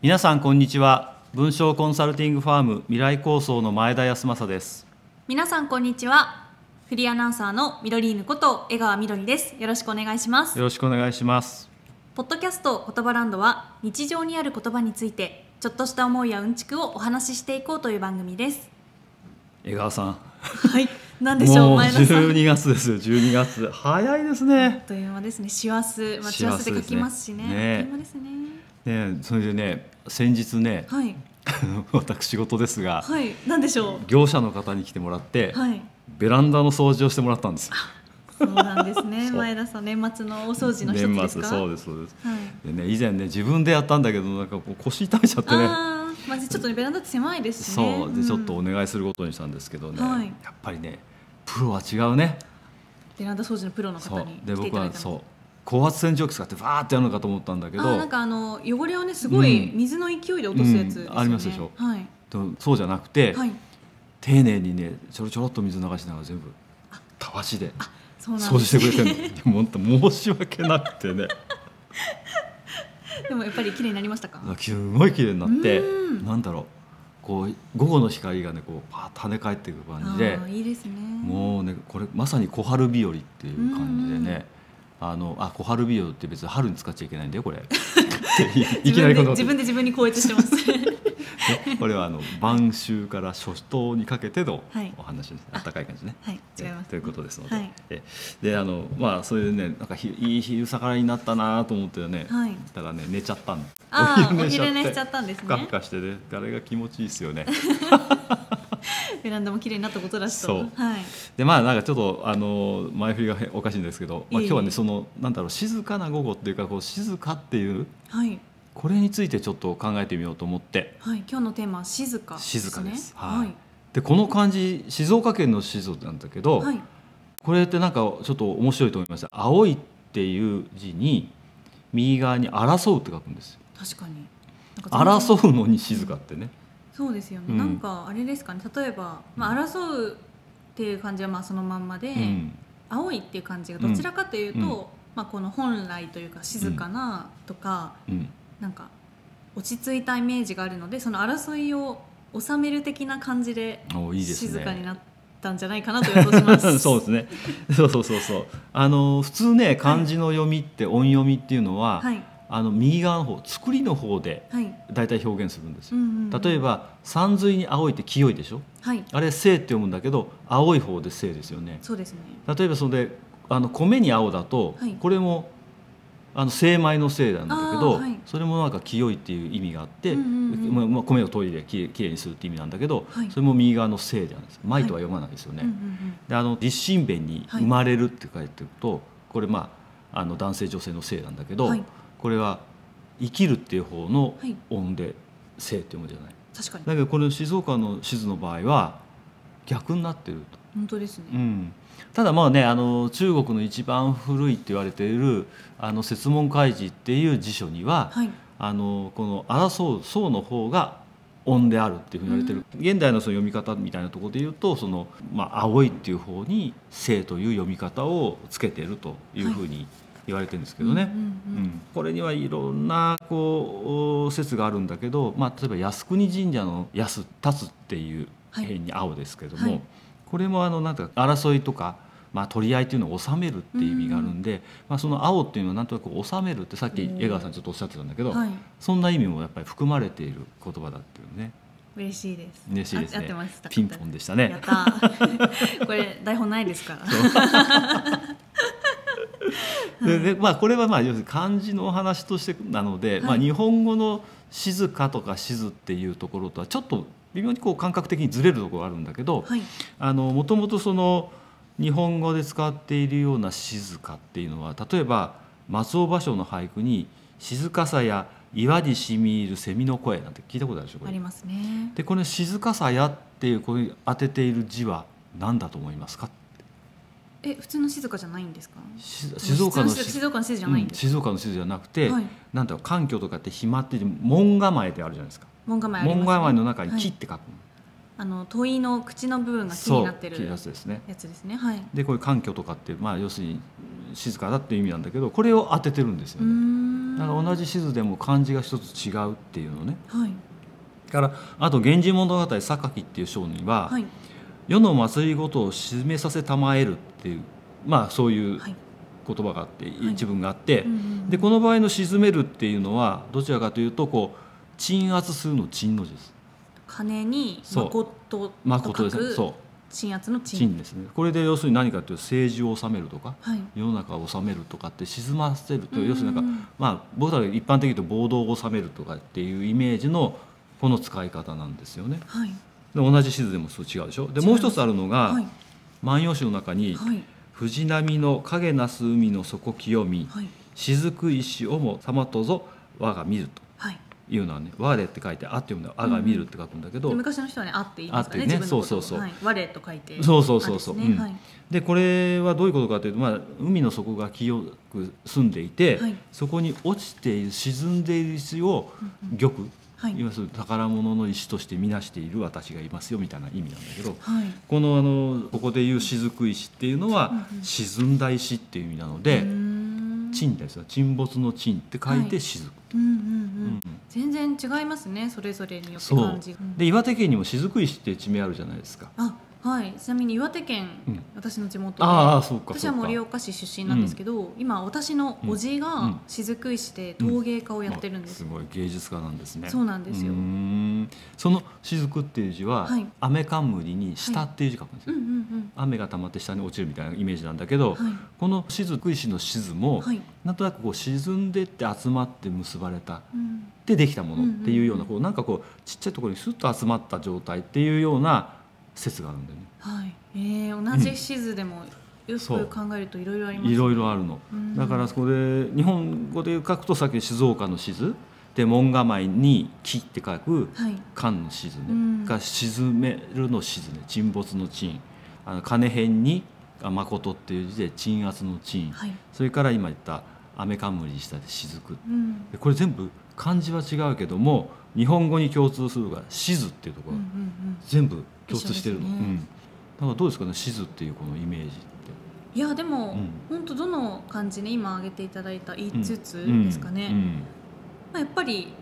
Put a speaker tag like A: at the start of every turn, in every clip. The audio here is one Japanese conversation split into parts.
A: 皆さんこんにちは文章コンサルティングファーム未来構想の前田康政です
B: 皆さんこんにちはフリーアナウンサーのミドリーヌこと江川みどりですよろしくお願いします
A: よろしくお願いします
B: ポッドキャスト言葉ランドは日常にある言葉についてちょっとした思いやうんちくをお話ししていこうという番組です
A: 江川さん
B: はい何でしょう
A: もう
B: 前田さん
A: 12月ですよ12月早いです
B: あ
A: ね
B: っという間ですね師走まあ
A: 師
B: 師
A: 走
B: 走で書きますしね
A: ですねね
B: あっという間ですね
A: ねそれでね先日ね
B: はい
A: 私事ですが、
B: はい何でしょ
A: 業者の方に来てもらって、
B: うはい
A: ベランダの掃除をしてもらったんです
B: そうなんです ね
A: そう
B: 前田さん年末の大掃除の一つ
A: 年
B: です
A: 末
B: か
A: そう
B: で
A: ですそうです
B: す、はい
A: でね以前ね自分でやったんだけどなんかこう腰痛めちゃってね
B: あーまずちょっとねベランダって狭いですしね
A: そうで
B: ん
A: ちょっとお願いすることにしたんですけどね、
B: はい
A: やっぱりねプロは違うね
B: ベランダ掃除のプロの
A: そ
B: 方
A: う
B: に
A: で
B: 来て
A: 僕
B: いただい
A: は
B: た
A: そう高圧洗浄機使ってバーってやるのかと思ったんだけど
B: あーなんかあの汚れをねすごい
A: うん
B: 水の勢いで落とすやつですよね、
A: うんありますでしょ
B: はい、
A: でもそうじゃなくて、
B: はい、
A: 丁寧にねちょろちょろっと水流しながら全部たわしで
B: そうなん
A: 掃
B: で
A: 除して
B: す
A: くれてるのいや本当申し訳なくてね
B: でもやっぱり綺麗になりましたか
A: すごい綺麗になって
B: うん
A: なんだろうこう午後の光がねこうパーッと跳ね返っていく感じで
B: あーいいですね
A: もうねこれまさに小春日和っていう感じでね、あのあ小春日和って別に春に使っちゃいけないんだよこ れっていいきなりこの
B: 自分で自分で自分に超えてし てます
A: ね これはあの晩秋から初冬にかけての
B: はい
A: お話です、
B: あ
A: 暖かい感じね。
B: はい違い
A: え
B: ます
A: ということですので、
B: はい
A: えであのまあそれでねなんかひいい昼下がりになったなと思ってね、
B: はい
A: だからね寝ちゃったの。
B: ああお昼寝しちゃったんです
A: ふかふ
B: ね
A: かしてね、誰が気持ちいいですよね。
B: ベランダも綺麗になったことだしと
A: そう
B: はい
A: でまあなんかちょっとあの前振りがへおかしいんですけど、まあ
B: いえいえ
A: 今日はねそのなんだろう静かな午後っていうかこう静かっていう
B: はい
A: これについてちょっと考えてみようと思って。
B: はい今日のテーマは静かですね
A: 静かですは
B: はいい
A: でこの漢字静岡県の静岡なんだけど、
B: はい
A: これってなんかちょっと面白いと思いました青いっていう字に右側に争うって書くんですよ
B: 確かになんか全
A: 争
B: 然
A: うのに静かってね
B: そうですよね、
A: うん
B: なんかあれですかね例えば、まあ、争うっていう感じはまあそのまんまで、
A: うん
B: 青いっていう感じがどちらかというと、
A: うん
B: まあ、この本来というか静かなとか、
A: うん
B: なんか落ち着いたイメージがあるのでその争いを収める的な感じで
A: おいいですね
B: 静かになったんじゃないかなと予想します。
A: そうですねそうそうそうそうあの普通ね漢字の読みって音読みっていうのは、
B: はい
A: あの右側の方作りの方で
B: はい、
A: 大体表現するんです
B: う
A: よ、
B: んうんうん
A: 例えば山水に青いって清いでしょ
B: はい
A: あれ清って読むんだけど青い方で清ですよね、
B: そうですね
A: 例えばそれであの米に青だと、
B: はい
A: これもあの精米のせいなんだけ
B: あ
A: ど、
B: ーはい
A: それもなんか清いっていう意味があって、
B: うんうんうん
A: まあまあ、米を研いできれいきれいにするって意味なんだけど、
B: はい
A: それも右側のせいなんです米とは読まないですよね。
B: うんうんうん
A: であの立身弁に
B: はい
A: 生まれるって書いてると、これまああの男性女性の性なんだけど、
B: はい
A: これは生きるっていう方の
B: はい
A: 音で性って読むじゃない。
B: 確かに
A: だけどこの静岡の静の場合は逆になってると。
B: 本当です
A: う
B: ね。
A: ん、ただまあねあの中国の一番古いって言われているあの説問開示っていう辞書には、
B: はい
A: あのこの争う層の方が音であるっていうふうに言われてる、現代のその読み方みたいなところで言うとその、まあ、青いっていう方に「性」という読み方をつけてるというふうに言われてるんですけどね。
B: うんうんうん
A: うんこれにはいろんなこう説があるんだけど、まあ、例えば靖国神社の「靖」「立つ」っていう
B: はい
A: 辺に「青」ですけども、
B: はい
A: これもあのなんか争いとか、まあ、取り合いっていうのを収めるっていう意味があるんで、まあ、その「青」っていうのはなんとなく収めるってさっき江川さんちょっとおっしゃってたんだけど、
B: はい
A: そんな意味もやっぱり含まれている言葉だっていうね
B: 嬉しいです。
A: 嬉しいです
B: あ合って
A: ね
B: ました。
A: ピンポンでした
B: や
A: ね
B: っ。たー これ台本ないですから。
A: ででまあ、これはまあ要するに漢字のお話としてなので、
B: い
A: まあ、日本語の「静か」とか「静」っていうところとはちょっと微妙にこう感覚的にずれるところがあるんだけど
B: はい。
A: もともとその日本語で使っているような「静か」っていうのは例えば松尾芭蕉の俳句に「静かさや岩にしみ入る蝉の声」なんて聞いたことあるでしょこ
B: あ
A: れ
B: りますね。
A: でこの「静かさや」っていうこういう当てている字は何だと思いますか
B: え、普通の静かじゃないんですか。
A: し静岡の
B: 普通静岡の静じゃないん
A: うん
B: です。
A: 静岡の静じゃなくて、
B: はい
A: なんだろう環境とかって暇って門構えであるじゃないですか
B: 門構えあります、ね。
A: 門構えの中に
B: は
A: 木っ
B: い
A: て書く、
B: あの問いの口の部分が木
A: そう
B: になって
A: 木
B: る
A: のやつですね
B: やつですね。はい。
A: でこういう環境とかってまあ要するに静かだっていう意味なんだけどこれを当ててるんです
B: う
A: よ
B: ー
A: ね
B: ん。
A: だから同じ地図でも漢字が一つ違うっていうのね
B: はい
A: だからあと「源氏物語榊」っていう商人は、
B: はい
A: 世の祭りごとを沈めさせたまえるっていうまあそういう
B: はい
A: 言葉があって、
B: い
A: 一文があって、
B: うんうん
A: でこの場合の「沈める」っていうのはどちらかというとこう鎮圧するの鎮の字です。
B: 金に
A: そう
B: 誠と
A: 誠ですね。
B: 書く
A: そう
B: 鎮圧の鎮
A: 鎮ですね。これで要するに何かというと政治を治めるとか
B: はい
A: 世の中を治めるとかって沈ませると
B: うんうんうん
A: 要するになんかまあ僕らが一般的に言うと暴動を治めるとかっていうイメージのこの使い方なんですよね。
B: はい
A: で同じ地図でもそう違うでしょ。で
B: 違い
A: もう
B: ます
A: 一つあるのが
B: はい
A: 「万葉集」の中に
B: はい
A: 「藤波の影なす海の底清み
B: はい
A: 雫石をも様とぞ我が見る」と
B: はい
A: いうのはね「我」って書いて「あ」って読むのは「あ」が見るって書くんだけど、
B: で昔の人はね「あ」って言いますからね
A: あってね
B: 自分のこと
A: そ
B: を
A: うそうそう
B: はい、我と書いて
A: そうそうそうそう
B: あですね
A: うん
B: はい
A: でこれはどういうことかというと、まあ、海の底が清く澄んでいて、
B: はい
A: そこに落ちている沈んでいる石を
B: うんうん
A: 玉、
B: はい
A: いわゆる宝物の石としてみなしている私がいますよみたいな意味なんだけど
B: はい
A: このあのここでいう雫石っていうのは、
B: うんうん
A: 沈んだ石っていう意味なの
B: う
A: で
B: ー
A: 「
B: ん
A: 沈」ですよ沈没の「沈」って書い
B: はい
A: て「雫」
B: うんう
A: う
B: んうん
A: ん
B: 全然違いますねそれぞれによって
A: そ
B: 感
A: う
B: じがうん
A: で岩手県にも雫石っていう地名あるじゃないですか。
B: あはいちなみに岩手県、
A: うん
B: 私の地元で
A: ああそうか
B: 私
A: そう
B: は
A: か
B: 盛岡市出身なんですけど、今私のおじ
A: うんう
B: が
A: ん
B: 雫石で陶芸家をやってるんです、
A: あごい芸術家なんですね
B: そうなんですよ
A: うーんその雫っていう字は、
B: はい
A: 雨冠に下っていう字書くんです
B: う
A: よ、
B: んうん
A: 雨が溜まって下に落ちるみたいなイメージなんだけ
B: う
A: ど、
B: んはい
A: この雫石の静も、
B: はい、
A: なんとなくこう沈んでって集まって結ばれた
B: うん、
A: でできたも
B: うんうん
A: のっていうような、こうなんかこうちっちゃいところにスッと集まった状態っていうような説があるんだよね
B: はいえー、同じ地図でもよく
A: そう
B: 考えるといろいろありますね
A: いろいろあるの、
B: うん
A: だからそこで日本語で書くとさっきの静岡の静で門構えに「木」って書く
B: はい
A: 缶の沈
B: う
A: ね
B: ん、
A: が沈めるの沈ね沈没の沈あの金辺にあ誠っていう字で鎮圧の鎮
B: はい
A: それから今言った雨冠にしたで雫
B: うん
A: でこれ全部漢字は違うけども日本語に共通するのが静っていうとこ
B: うんう
A: ろ、
B: んうん
A: 全部共通してるの、
B: 一
A: う
B: 緒ですね
A: ん、だからどうですかね静っていうこのイメージって
B: いやでも、
A: うん
B: 本当どの漢字ね今挙げていただいた
A: うん
B: 5つですかね、
A: うんうん
B: まあ、やっぱり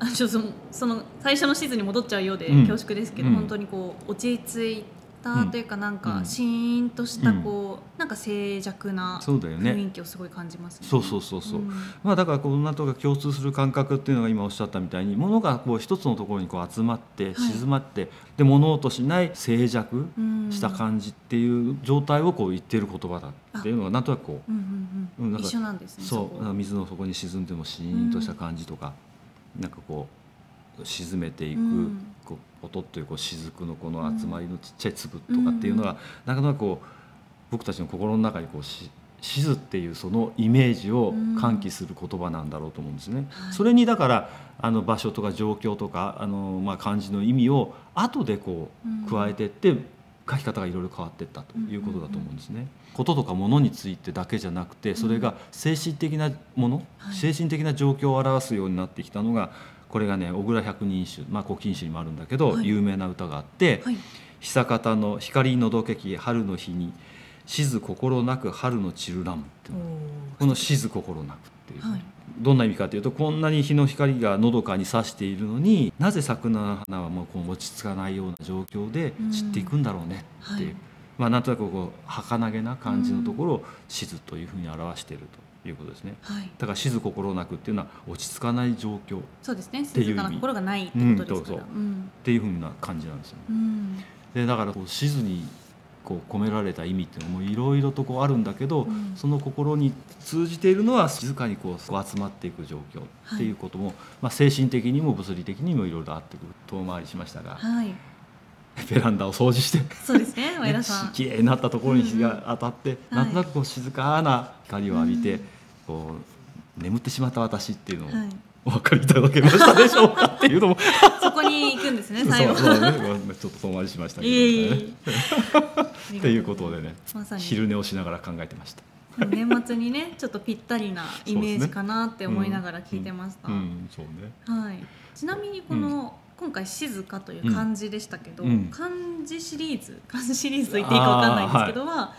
B: あちょっとそのその最初のシーズンに戻っちゃうようで
A: うん
B: 恐縮ですけど、
A: うん
B: 本当にこう落ち着いたというかなんか
A: うん
B: シーンとしたこう、なんか静寂な
A: そうだよ
B: 雰
A: ね
B: 囲気をすごい感じますね。
A: そうそうそうそう、
B: ん
A: まあ、だからこんなとか共通する感覚っていうのが今おっしゃったみたいに物がこう一つのところにこう集まって静まって、で物音しない静寂
B: うん
A: した感じっていう状態をこう言っている言葉だっていうのがなんとなくこ
B: うんうんうん
A: うんなんか
B: 一緒なんです
A: う
B: ね。
A: そう
B: こ
A: なんか水の底に沈んでもシーンとした感じとか、なんかこう沈めていく、
B: うん
A: こう音というこう雫のこの集まりのちっちゃい粒とかっていうのが、
B: う
A: なかなかこう僕たちの心の中にこうし静っていうそのイメージを喚起する言葉なんだろうと思うんですね。
B: はい
A: それにだからあの場所とか状況とかあの、まあ、漢字の意味を後でこ
B: うん
A: う加えてって、書き方がいろいろ変わっていったということだと思うんですね。こととかものについてだけじゃなくてそれが精神的なもの、
B: はい
A: 精神的な状況を表すようになってきたのがこれがね小倉百人衆まあ古今集にもあるんだけど、
B: はい
A: 有名な歌があって「
B: はい
A: 久方の光のどけき春の日に静心なく春の散るらん」っていうのこの「静心なく」っていうね、
B: はい
A: どんな意味かというとこんなに日の光がのどかに差しているのになぜ桜の花はもうこう落ち着かないような状況で散っていくんだろうねっていう、
B: うんはい
A: まあ、なんとなくこう儚げな感じのところを「静」というふうに表しているということですね。
B: はい
A: だから静心なくっていうのは落ち着かない状況っ
B: そうですね。
A: ていう意味
B: 静かな心がないってことですから。
A: うん
B: うん
A: ていうふうな感じなんですよね。
B: うん
A: でだからこう静にこう込められた意味っていうのもいろいろとこうあるんだけど、
B: うん
A: その心に通じているのは静かにこうこう集まっていく状況っていうことも、まあ、精神的にも物理的にもいろいろあってくる遠回りしましたが、
B: はい
A: ベランダを掃除して、
B: そうですね前田 さ
A: ね
B: ん。
A: きれいになったところに日が当たって、
B: うん
A: なんとなくこう静かな光を浴びて、
B: うん
A: こう眠ってしまった私っていうのを
B: はい
A: お分かりいただけましたでしょうかっていうのも
B: そこに行くんですね最後。
A: そうそうね、まあちょっと遠回りしましたけど、ね。
B: いえいえいえ。
A: っていう ことでね、
B: まさに
A: 昼寝をしながら考えてました。
B: でも年末にねちょっとぴったりなイメージかなって思いながら聞いてました、
A: うん、そうね。
B: はい、ちなみにこの、今回「静か」という漢字でしたけど、
A: うん
B: 漢字シリーズ漢字シリーズと言っていいかわかんないんですけどは、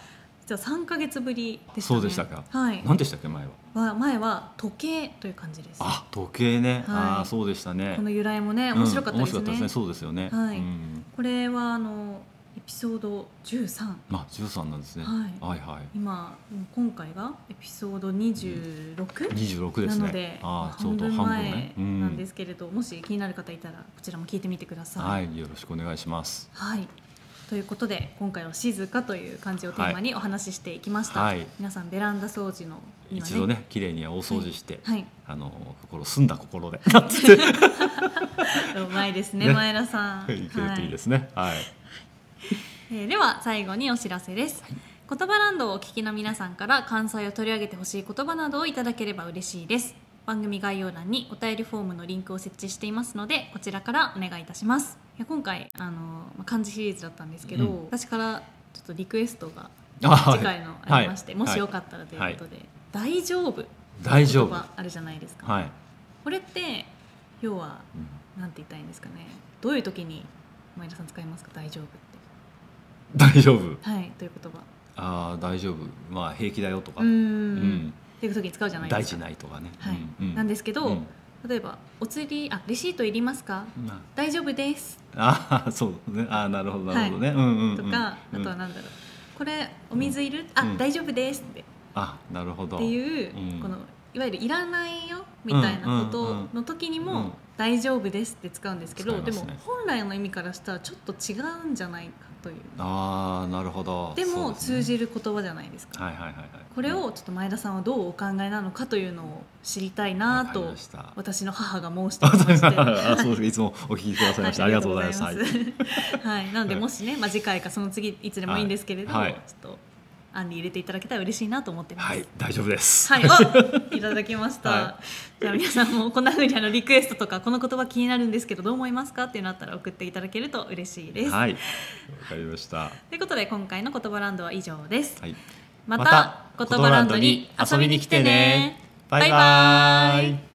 B: 実は3ヶ月ぶりでした
A: そ
B: ね
A: うでしたか
B: はい
A: 何でしたっけ前は
B: は前は時計という感じです
A: あ時計ね、あ
B: は
A: あ
B: い
A: そうでしたね
B: この由来もね
A: うん
B: 面白かったです
A: 面白
B: ね,、
A: かったですねそうですよね、
B: はい
A: うん
B: これはあのエピソード13
A: まあ13なんですね、
B: は
A: はいはい
B: 今今回がエピソード 26?、
A: 26です
B: な
A: ね
B: ので、
A: ああちょ
B: 半
A: うど
B: 分
A: 半分
B: 前
A: ね、
B: なんですけれど、もし気になる方いたらこちらも聞いてみてください。
A: は、いよろしくお願いします
B: はいということで今回は「静か」という漢字をテーマにお話ししていきました、
A: はい
B: 皆さんベランダ掃除のには
A: 一度ね綺麗に大掃除して、
B: はい
A: あの心澄んだ心で なんつって
B: うまいですね
A: ね
B: 前田さん、
A: いけるといいですすねはい、
B: えーでは最後にお知らせです、言葉ランドをお聞きの皆さんから関西を取り上げてほしい言葉などをいただければ嬉しいです番組概要欄にお便りフォームのリンクを設置していますのでこちらからお願いいたしますいや今回あのまあ漢字シリーズだったんですけど、
A: うん
B: 私からちょっとリクエストが
A: あ
B: 次回のありまして、もしよかったらということで、大丈夫
A: 大丈夫
B: 言葉あるじゃないですか、
A: はい、
B: これって要は
A: うん
B: なんて言ったらいいんですかねどういう時に前田さん使いますか大丈夫って
A: 大丈夫
B: はいという言葉
A: ああ大丈夫まあ平気だよとか、
B: うーん
A: うん
B: っていう時に使うじゃないで
A: 大
B: す
A: 事
B: か
A: ないとかね、
B: はい
A: うんうん
B: なんですけど、
A: うん
B: 例えばお釣りあレシートいりますか
A: まあ
B: 大丈夫です
A: ああそうねああなるほどなるほどね、うんうんうん、
B: とか、あとは
A: うん
B: なんだろうこれお水いる、あ、
A: うん
B: 大丈夫ですって
A: あなるほど
B: っていう、
A: うん
B: このいわゆるいらないよみたいなことの時に
A: うんうんうんう
B: も
A: ん
B: 「大丈夫です」って使うんですけど、
A: 使いま
B: ですも
A: ね
B: 本来の意味からしたらちょっと違うんじゃないかという
A: ああなるほど
B: で
A: そう
B: も
A: ね
B: 通じる言葉じゃないですか
A: はいはいはいはい
B: これをちょっと前田さんはどうお考えなのかというのを知りたいな
A: わかり
B: と
A: ました
B: 私の母が申しておりまして。
A: あ そうですいつもお聞きくださいました、ありがとうございます
B: は
A: はいい、
B: はい、なのでもしね、まあ、次回かその次いつでもいいんですけれど、
A: はいはい
B: ちょっと案に入れていただけたら嬉しいなと思ってます。
A: はい、大丈夫です、
B: はい、 おいただきました。
A: は
B: じゃあ皆さんもこんな風にあのリクエストとかこの言葉気になるんですけどどう思いますかっていうのあったら送っていただけると嬉しいです。
A: はいわかりました
B: ということで今回の言葉ランドは以上です。
A: はい
B: また言葉ランドに遊びに来てね。
A: バイバイ